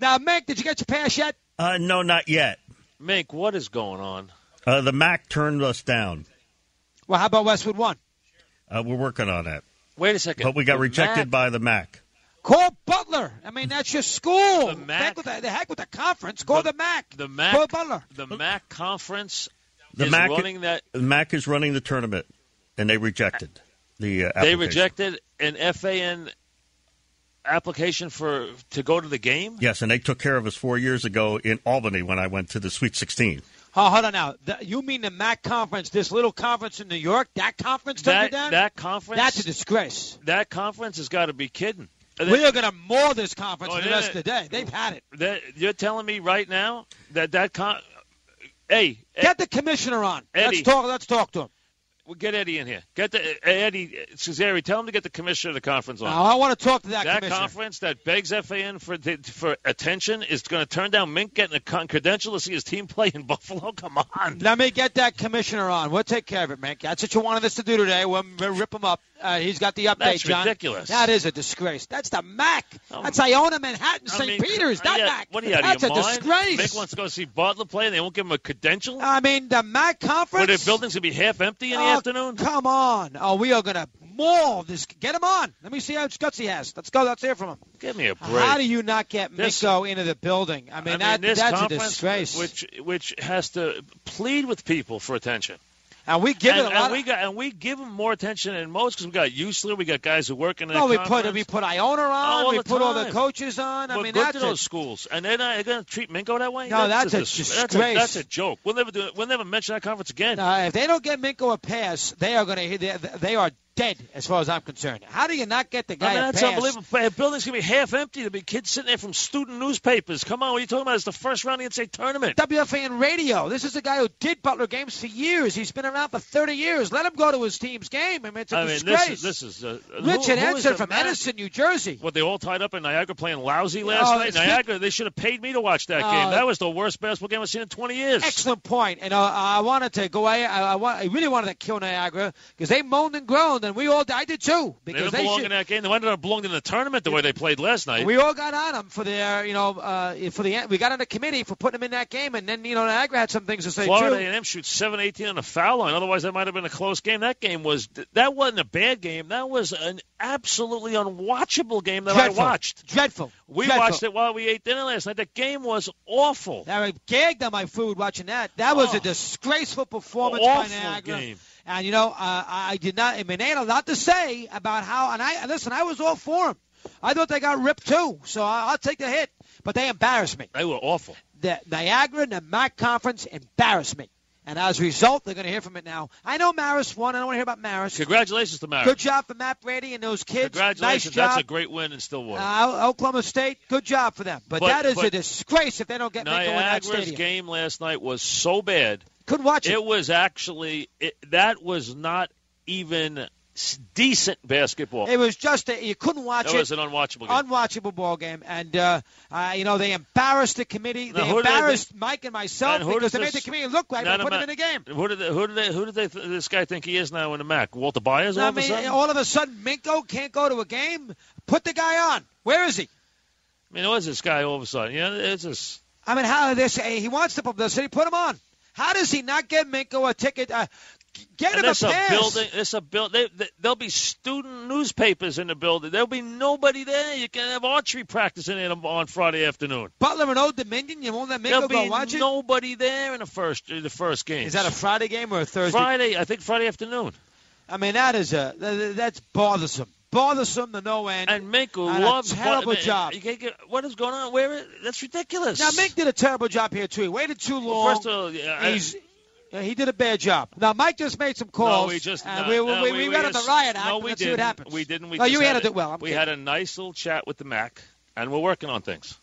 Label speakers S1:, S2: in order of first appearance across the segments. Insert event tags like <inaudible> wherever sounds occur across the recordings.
S1: Now, Mac, did you get your pass yet?
S2: Uh, no, not yet.
S3: Mink, what is going on?
S2: Uh, the Mac turned us down.
S1: Well, how about Westwood One?
S2: Uh, we're working on that,
S3: Wait a second.
S2: but we got
S3: The
S2: rejected
S3: Mac-
S2: by the Mac.
S1: Call Butler. I mean, that's your school.
S3: The Mac-
S1: Heck with the, the heck with the conference. Go the, Mac.
S3: the Mac.
S1: Go Butler.
S3: The Mac conference
S2: The
S3: is
S2: Mac
S3: running that.
S2: The Mac is running the tournament, and they rejected the. Uh,
S3: They
S2: application.
S3: rejected an FAN application for to go to the game.
S2: Yes, and they took care of us four years ago in Albany when I went to the Sweet 16.
S1: Oh, hold on now. The, you mean the Mac conference? This little conference in New York? That conference turned you
S3: That
S1: down?
S3: that conference.
S1: that's a disgrace.
S3: that conference has got to be kidding. That-
S1: We are going to maul this conference
S3: Oh,
S1: for the
S3: yeah.
S1: rest of the day. They've had it.
S3: that- you're telling me right now that that con. Hey, Ed-
S1: Get the commissioner on.
S3: Eh, Eddie.
S1: Let's talk. Let's talk to him.
S3: well, get Eddie in here. Get the eh, Eddie eh, Cesare. Tell him to get the commissioner of the conference on.
S1: Now, I want to talk to that,
S3: that
S1: commissioner.
S3: conference that begs FAN for the, for attention is going to turn down Mink getting a con- credential to see his team play in <laughs> Buffalo. Come on.
S1: Let me get that commissioner on. We'll take care of it, man. That's what you wanted us to do today. We'll, we'll rip him up. Uh, he's got the update,
S3: That's
S1: John.
S3: ridiculous.
S1: That is a disgrace. That's the Mac.
S3: Um,
S1: That's Iona, Manhattan,
S3: I
S1: St.
S3: mean,
S1: Peter's. That
S3: yeah,
S1: Mac.
S3: What are you out
S1: That's
S3: of your
S1: a
S3: mind?
S1: disgrace.
S3: Mink wants to go see Bartlett play, and they won't give him a credential.
S1: I mean, the Mac
S3: Where
S1: conference.
S3: the building's gonna be half empty in the
S1: Oh,
S3: afternoon.
S1: Come on. Oh, we are going to maul this. Get him on. Let me see how much guts he has. Let's go. Let's hear from him.
S3: Give me a break.
S1: How do you not get
S3: This-
S1: Miko into the building? I mean, that,
S3: this
S1: that's a
S3: conference,
S1: disgrace.
S3: which which has to plead with people for attention.
S1: and we give
S3: and,
S1: it a
S3: and
S1: lot.
S3: we got and we give them more attention than most because we got Usler, we got guys who work in the
S1: no, we
S3: conference.
S1: put we put Iona on.
S3: all
S1: we
S3: the
S1: put all the
S3: time.
S1: coaches on. I
S3: We're
S1: mean,
S3: good
S1: that's
S3: to
S1: a
S3: those schools, and they're, not, they're going to treat Minko that way.
S1: No, that's a
S3: dis-
S1: disgrace.
S3: That's a, joke. We'll never do. it. We'll never mention that conference again.
S1: Uh, if they don't get Minko a pass, they are going to. They, they are dead, as far as I'm concerned. How do you not get the guy
S3: I mean,
S1: a
S3: that's
S1: pass?
S3: unbelievable. The building's going to be half empty. There'll be kids sitting there from student newspapers. Come on, what are you talking about? It's the first round of the NCAA tournament.
S1: WFAN Radio. This is a guy who did Butler games for years. He's been around for 30 years. Let him go to his team's game. I mean, it's a
S3: I mean,
S1: disgrace.
S3: this is this is uh, who-
S1: Richard
S3: who is
S1: Edson
S3: the
S1: from
S3: man-
S1: Edison, New Jersey.
S3: What they all tied up in Niagara playing lousy last
S1: Oh,
S3: night.
S1: speak-
S3: Niagara, they should have paid me to watch that
S1: Oh.
S3: game. That was the worst basketball game I've seen in 20 years.
S1: Excellent point. And uh, I wanted to go. I, I, I, wa- I really wanted to kill Niagara because they moaned and groaned, and we all. I did too
S3: They
S1: because
S3: didn't
S1: they
S3: belong
S1: should.
S3: in that game. They ended up belonging in the tournament the way they played last night.
S1: We all got on them for their, you know, uh, for the we got on the committee for putting them in that game, and then you know Niagara had some things to say
S3: Florida
S1: too.
S3: A&M shoots 7-18 on a foul line. Otherwise, that might have been a close game. That game was that wasn't a bad game. That was an absolutely unwatchable game that
S1: Dreadful.
S3: I watched.
S1: Dreadful.
S3: We
S1: Dreadful.
S3: watched it while we ate dinner last night. The game was awful.
S1: Now, I gagged on my food watching that. That was
S3: Oh.
S1: a disgraceful performance by
S3: awful
S1: Niagara.
S3: game.
S1: And you know, uh, I I did not. I mean, they had a lot to say about how. And I listen. I was all for them. I thought they got ripped too, so I, I'll take the hit. But they embarrassed me.
S3: They were awful.
S1: The Niagara and the MAC conference embarrassed me. And as a result, they're going to hear from it now. I know Maris won. I don't want to hear about Maris.
S3: Congratulations to Maris.
S1: Good job for Matt Brady and those kids. Nice
S3: Congratulations.
S1: job.
S3: That's a great win in Stillwater.
S1: uh, Oklahoma State, good job for them. But,
S3: But-
S1: that is
S3: but-
S1: a disgrace if they don't get Nico in that
S3: Niagara's
S1: stadium.
S3: game last night was so bad.
S1: Couldn't watch it.
S3: It was actually it, that was not even s- decent basketball.
S1: It was just a, you couldn't watch
S3: That
S1: it.
S3: was an unwatchable game.
S1: Unwatchable ball game, and uh, uh, you know they embarrassed the committee.
S3: Now,
S1: They
S3: who did they-
S1: embarrassed Mike and myself
S3: And who
S1: because
S3: does
S1: they made the
S3: this-
S1: committee look like
S3: Not
S1: they
S3: a
S1: put
S3: ma-
S1: him in the game.
S3: Who did they, who did they, who did they th- this guy think he is now in the MAC? Walter Byers all
S1: I
S3: of a
S1: mean, oh.
S3: sudden?
S1: all of a sudden, Minko can't go to a game. Put the guy on. Where is he?
S3: I mean, who is this guy all of a sudden? You know, it's just
S1: I mean, how this? uh, He wants the publicity. Put him on. How does he not get Minko a ticket? Uh, g- get
S3: and
S1: him a
S3: this a,
S1: pass.
S3: building. This a build. They, they, there'll be student newspapers in the building. There'll be nobody there. You can have archery practice in it on Friday afternoon.
S1: Butler and Old Dominion. You won't let
S3: There'll
S1: Minko go
S3: be
S1: watch it.
S3: nobody there in the first in the first game.
S1: Is that a Friday game or a Thursday?
S3: Friday? I think Friday afternoon.
S1: I mean, that is a th- th- that's bothersome. Bothersome to no end.
S3: And Mink who
S1: And a
S3: loves
S1: terrible
S3: I mean,
S1: job.
S3: you can't get- what is going on? Where? is- That's ridiculous.
S1: now Mink did a terrible job here too. He waited too long.
S3: First of all, yeah, I-
S1: He's yeah, he did a bad job. Now Mike just made some calls.
S3: No, we just
S1: and
S3: no,
S1: we,
S3: no,
S1: we, we, read on
S3: just-
S1: the riot act.
S3: No,
S1: and
S3: we
S1: let's
S3: didn't.
S1: see what happens.
S3: We didn't. We
S1: no,
S3: just
S1: you
S3: had
S1: handled it well. I'm
S3: we
S1: kidding.
S3: had a nice little chat with the Mac, and we're working on things.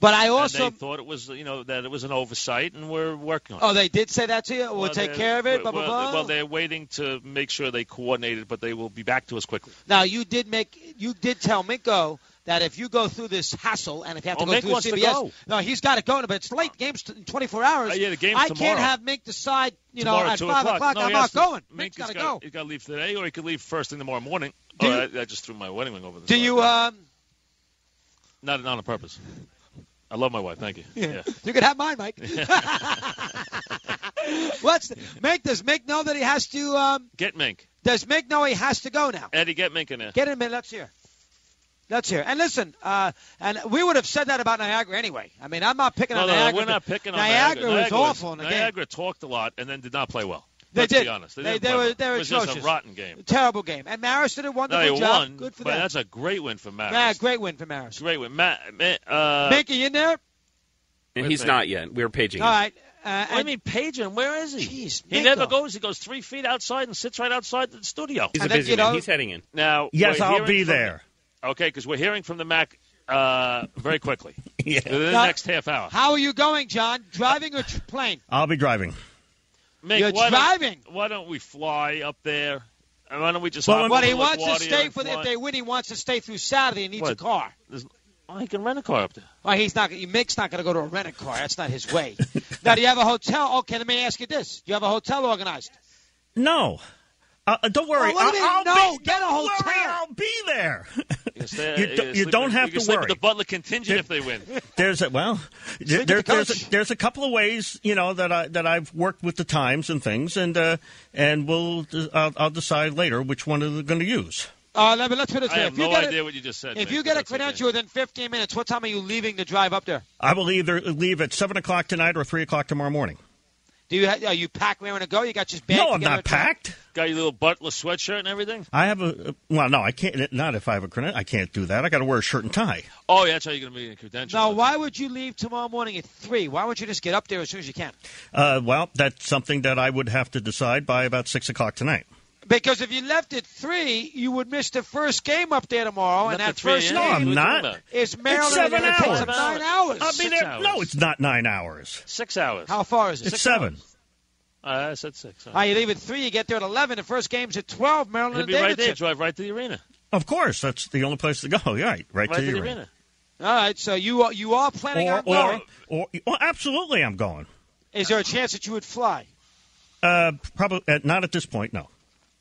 S1: But I
S3: And
S1: also
S3: they thought it was, you know, that it was an oversight, and we're working on it.
S1: oh they did say that to you. We'll, take
S3: they're-
S1: care of it.
S3: Well,
S1: Blah blah blah.
S3: well, they're waiting to make sure they coordinate it, but they will be back to us quickly.
S1: now you did make you did tell Minko that if you go through this hassle and if you have to
S3: Oh,
S1: go
S3: Mink
S1: through
S3: wants to
S1: CBS,
S3: go.
S1: no, he's got to go. But it's late. Games t- in 24 hours.
S3: Uh, yeah, the game's
S1: I
S3: tomorrow.
S1: can't have Mink decide. You
S3: Tomorrow
S1: know,
S3: at
S1: at
S3: two
S1: five
S3: o'clock.
S1: o'clock,
S3: No,
S1: I'm
S3: he
S1: not
S3: has to-
S1: going.
S3: Mink
S1: Mink's got to
S3: has gotta-
S1: go.
S3: He's got to leave today, or he could leave first thing tomorrow morning.
S1: Do
S3: Oh, I, I just threw my wedding ring over. The
S1: Do you? Um,
S3: Not, not on purpose. I love my wife. Thank you. Yeah.
S1: You can have mine, Mike. <laughs> What's the, Mick? Does Mick know that he has to? Um,
S3: Get Mink.
S1: does Mick know he has to go now?
S3: Eddie, get Mink in there.
S1: Get him in. Let's hear. Let's hear. And listen, uh, and we would have said that about Niagara anyway. I mean, I'm not picking
S3: No,
S1: on
S3: no,
S1: Niagara.
S3: we're not picking on
S1: Niagara.
S3: Niagara.
S1: was awful in the game.
S3: Niagara talked a lot and then did not play well.
S1: They
S3: Let's
S1: did.
S3: be honest. They,
S1: They-
S3: didn't
S1: they
S3: play
S1: were-
S3: well.
S1: they were
S3: it was just a
S1: atrocious.
S3: rotten game.
S1: Terrible game. And Maris did a
S3: No,
S1: wonderful
S3: they
S1: job.
S3: won,
S1: Good for
S3: but
S1: them.
S3: that's a great win for Maris.
S1: yeah, great win for Maris.
S3: Great win. Matt, Matt, uh,
S1: Mick, are you in there?
S4: And
S3: Wait a
S4: he's
S3: minute.
S4: not yet. We were paging
S1: All
S4: him.
S1: right. Uh,
S3: what do you
S1: and-
S3: mean, Pageant? Where is he?
S1: Jeez,
S3: he
S1: Mick,
S3: never
S1: though.
S3: goes. He goes three feet outside and sits right outside the studio.
S4: He's
S1: I
S4: a
S1: think,
S4: busy
S1: you
S4: man.
S1: know-
S4: He's heading in.
S3: Now,
S2: Yes,
S3: we're
S2: I'll
S3: hearing
S2: be
S3: from- <laughs>
S2: there.
S3: Okay, because we're hearing from the Mac uh,
S1: <laughs>
S3: very quickly
S2: Yeah.
S3: within
S1: Now-
S3: the next half hour.
S1: How are you going, John? Driving or tr- plane?
S2: I'll be driving.
S3: Mick,
S1: You're
S3: why
S1: driving.
S3: Don't, why don't we fly up there? And why don't we just?
S2: Well,
S3: hop
S1: But he
S3: over
S1: wants to
S3: LaGuardia
S1: stay
S3: and
S1: for the,
S3: fly?
S1: if they win. He wants to stay through Saturday and needs a
S3: What?
S1: car.
S3: Oh, he can rent a car up there.
S1: Well, he's not. Mick's not going to go to a rental car. That's not his way. <laughs> now, do you have a hotel? Okay, let me ask you this: Do you have a hotel organized?
S2: No. Uh, uh, don't worry.
S1: Well, what do you
S2: I'll,
S1: mean,
S2: I'll
S1: no?
S2: be,
S1: Get a
S2: don't worry,
S1: hotel.
S2: I'll be there.
S3: can stay-
S2: You don't-
S3: uh,
S2: you
S3: sleep
S2: don't
S3: with-
S2: have
S3: you can
S2: to
S3: sleep with
S2: worry.
S3: the Butler contingent if they win.
S2: <laughs> There's a well.
S1: with
S2: there-
S1: the
S2: there's
S1: coach.
S2: a, there's a couple of ways you know that I that I've worked with the times and things, and uh, and we'll uh, I'll, I'll decide later which one I'm going to use.
S1: Uh, let me, let's put it this
S3: I
S1: way:
S3: have
S1: if you
S3: no
S1: get
S3: idea
S1: a,
S3: what you just said.
S1: if
S3: Mick,
S1: you
S3: but
S1: get a
S3: that's okay.
S1: credential within 15 minutes, what time are you leaving to drive up there?
S2: I will either leave at seven o'clock tonight or three o'clock tomorrow morning.
S1: Do you ha- are you packed, raring to go? You got just bag
S2: no, I'm
S1: together
S2: not
S1: and drive?
S2: packed.
S3: got your little Butler sweatshirt and everything.
S2: I have a well, no, I can't. Not if I have a credit, I can't do that. I got to wear a shirt and tie.
S3: Oh, yeah, that's how you're going to be in a credential.
S1: No, why would you leave tomorrow morning at three? Why won't you just get up there as soon as you can?
S2: Uh, well, that's something that I would have to decide by about six o'clock tonight.
S1: Because if you left at three, you would miss the first game up there tomorrow, and
S3: Not
S1: that
S3: the three, eh?
S1: first
S3: yeah.
S2: No,
S1: game
S2: I'm not.
S3: What are you talking about?
S1: is Maryland. and
S2: seven
S1: it takes up
S2: hours.
S1: nine hours.
S2: I'll be
S3: Six
S2: there.
S3: hours.
S2: No, it's not nine hours.
S3: Six hours.
S1: How far is it?
S2: It's seven.
S3: Uh, I said six. All
S1: Ah,
S3: right.
S1: you leave at three, you get there at eleven. The first game's at twelve. Maryland
S3: He'll
S1: and
S3: be right there.
S1: Davidson.
S3: Drive right to the arena.
S2: Of course, that's the only place to go. <laughs> You're Right, right,
S3: Right
S2: to
S3: to
S2: your
S3: the
S2: arena.
S3: arena.
S1: All right, so you are, you are planning on
S2: Or, or,
S1: going.
S2: or, well, absolutely, I'm going.
S1: Is there a chance that you would fly?
S2: Uh, probably uh, not at this point, no.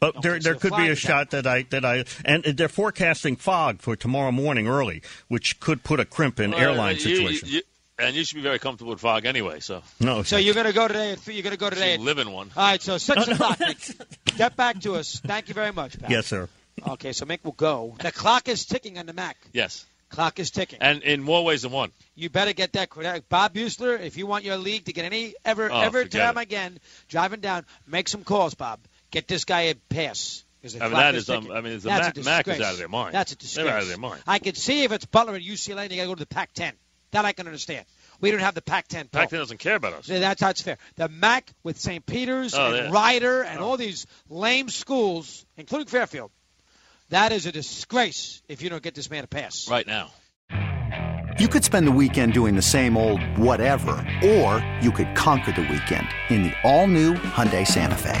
S2: But there,
S1: okay, so
S2: there
S1: the
S2: could
S1: flag
S2: be a
S1: is
S2: shot that I that I and they're forecasting fog for tomorrow morning early, which could put a crimp in airline
S3: Uh, you- you-
S2: situation.
S3: you- and you should be very comfortable with fog anyway, so
S2: no,
S1: So you're going to go today at three. You're going to go today.
S3: you
S1: At,
S3: live in one.
S1: all right, so six
S3: <laughs>
S1: o'clock. Mick. Get back to us. Thank you very much, Pat.
S2: yes, sir.
S1: Okay, so Mick will go. The clock is ticking on the Mac.
S3: Yes,
S1: Clock is ticking.
S3: and in more ways than one.
S1: You better get that credit. Bob Usler, if you want your league to get any ever
S3: Oh,
S1: ever
S3: forget
S1: time
S3: it.
S1: again, driving down, make some calls, Bob. Get this guy a pass. 'cause the
S3: I mean,
S1: clock
S3: that is, um,
S1: ticking.
S3: I mean, it's a
S1: That's
S3: Mac- Mac is
S1: disgrace.
S3: out of their mind.
S1: That's a disgrace.
S3: They're out of their mind.
S1: I can see if it's Butler and UCLA, and you got to go to the Pac-10. That I can understand. We don't have the Pac-10. Pope.
S3: Pac-10 doesn't care about us.
S1: So that's how it's fair. The MAC with St. Peter's
S3: Oh,
S1: and
S3: yeah.
S1: Ryder and all these lame schools, including Fairfield, that is a disgrace if you don't get this man a pass.
S3: Right now.
S5: You could spend the weekend doing the same old whatever, or you could conquer the weekend in the all-new Hyundai Santa Fe.